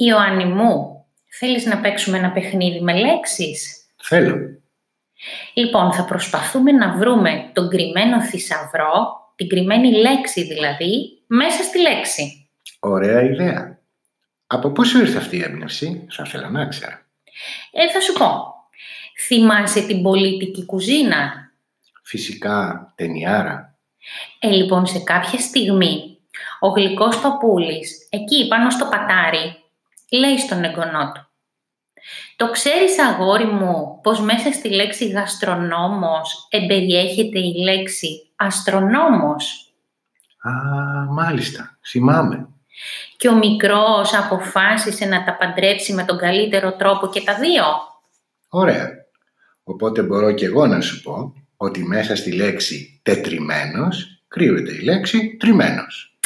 Ιωάννη μου, θέλεις να παίξουμε ένα παιχνίδι με λέξεις? Θέλω. Λοιπόν, θα προσπαθούμε να βρούμε τον κρυμμένο θησαυρό, την κρυμμένη λέξη δηλαδή, μέσα στη λέξη. Ωραία ιδέα. Από πού σου ήρθε αυτή η έμπνευση, θα ήθελα να ξέρω. Ε, θα σου πω. Θυμάσαι την πολιτική κουζίνα. Φυσικά, ταινιάρα. Ε, λοιπόν, σε κάποια στιγμή, ο γλυκός παπούλης, εκεί πάνω στο πατάρι, λέει στον εγγονό του. Το ξέρεις αγόρι μου πως μέσα στη λέξη γαστρονόμος εμπεριέχεται η λέξη αστρονόμος Α, μάλιστα, θυμάμαι. και ο μικρός αποφάσισε να τα παντρέψει με τον καλύτερο τρόπο και τα δύο. Ωραία. Οπότε μπορώ και εγώ να σου πω ότι μέσα στη λέξη τετριμένος κρύβεται η λέξη τριμμένος.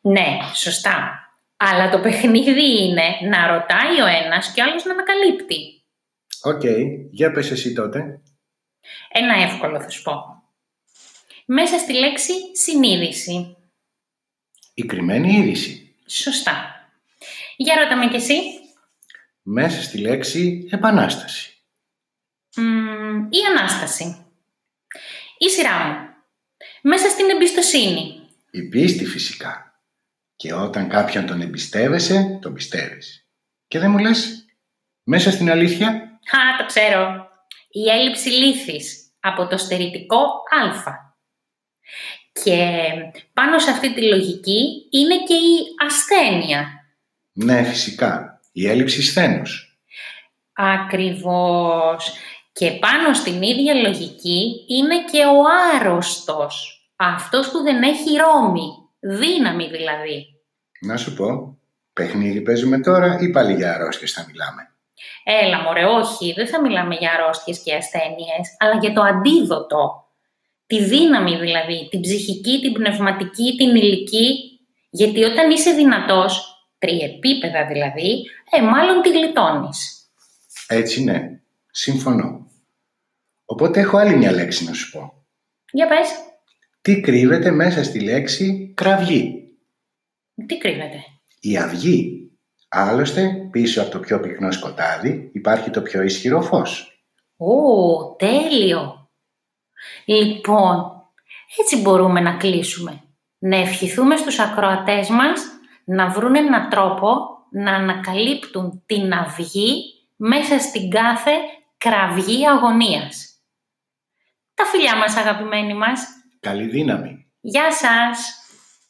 Ναι, σωστά. Αλλά το παιχνίδι είναι να ρωτάει ο ένας και ο άλλος να ανακαλύπτει. Οκ, για πες εσύ τότε. Ένα εύκολο θα σου πω. Μέσα στη λέξη συνείδηση. Η κρυμμένη είδηση. Σωστά. Για ρώτα με κι εσύ. Μέσα στη λέξη επανάσταση. Μμμ, η Ανάσταση. Η σειρά μου. Μέσα στην εμπιστοσύνη. Η πίστη φυσικά. Και όταν κάποιον τον εμπιστεύεσαι, τον πιστεύεις. Και δεν μου λες, μέσα στην αλήθεια Α, το ξέρω. Η έλλειψη λύθης από το στερητικό α. Και πάνω σε αυτή τη λογική είναι και η ασθένεια. Ναι, φυσικά. Η έλλειψη σθένους. Ακριβώς. Και πάνω στην ίδια λογική είναι και ο άρρωστος. Αυτός που δεν έχει ρόμη. Δύναμη δηλαδή. Να σου πω, παιχνίδι παίζουμε τώρα ή πάλι για αρρώστιες θα μιλάμε. Έλα μωρέ, όχι, δεν θα μιλάμε για αρρώστιες και ασθένειες, αλλά για το αντίδοτο. Τη δύναμη δηλαδή, την ψυχική, την πνευματική, την υλική. Γιατί όταν είσαι δυνατός, τριεπίπεδα δηλαδή, ε, μάλλον τη γλιτώνεις. Έτσι ναι, συμφωνώ. Οπότε έχω άλλη μια λέξη να σου πω. Για πες, Τι κρύβεται μέσα στη λέξη κραυγή. τι κρύβεται. Η αυγή. Άλλωστε, πίσω από το πιο πυκνό σκοτάδι υπάρχει το πιο ισχυρό φως. Ω, τέλειο. Λοιπόν, έτσι μπορούμε να κλείσουμε. Να ευχηθούμε στους ακροατές μας να βρουν έναν τρόπο να ανακαλύπτουν την αυγή μέσα στην κάθε κραυγή αγωνίας. Τα φιλιά μας αγαπημένοι μας. Καλή δύναμη. Γεια σας!